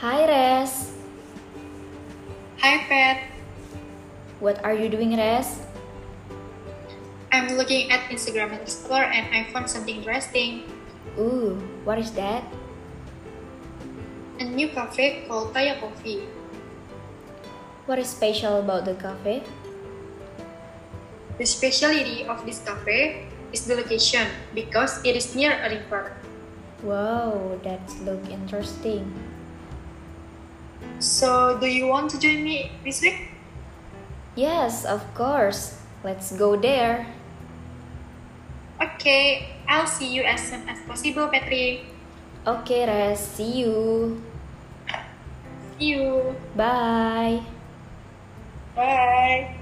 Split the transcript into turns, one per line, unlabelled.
Hi Res,
Hi, Pat.
what are you doing Res?
I'm looking at Instagram and Explorer and I found something interesting.
Ooh, what is that?
A new cafe called Taya Coffee.
What is special about the cafe?
The speciality of this cafe is the location because it is near a river.
Wow, that look interesting.
So, do you want to join me this week?
Yes, of course. Let's go there.
Okay, I'll see you as soon as possible, Petri.
Okay Res, see you.
See you.
Bye.
Bye.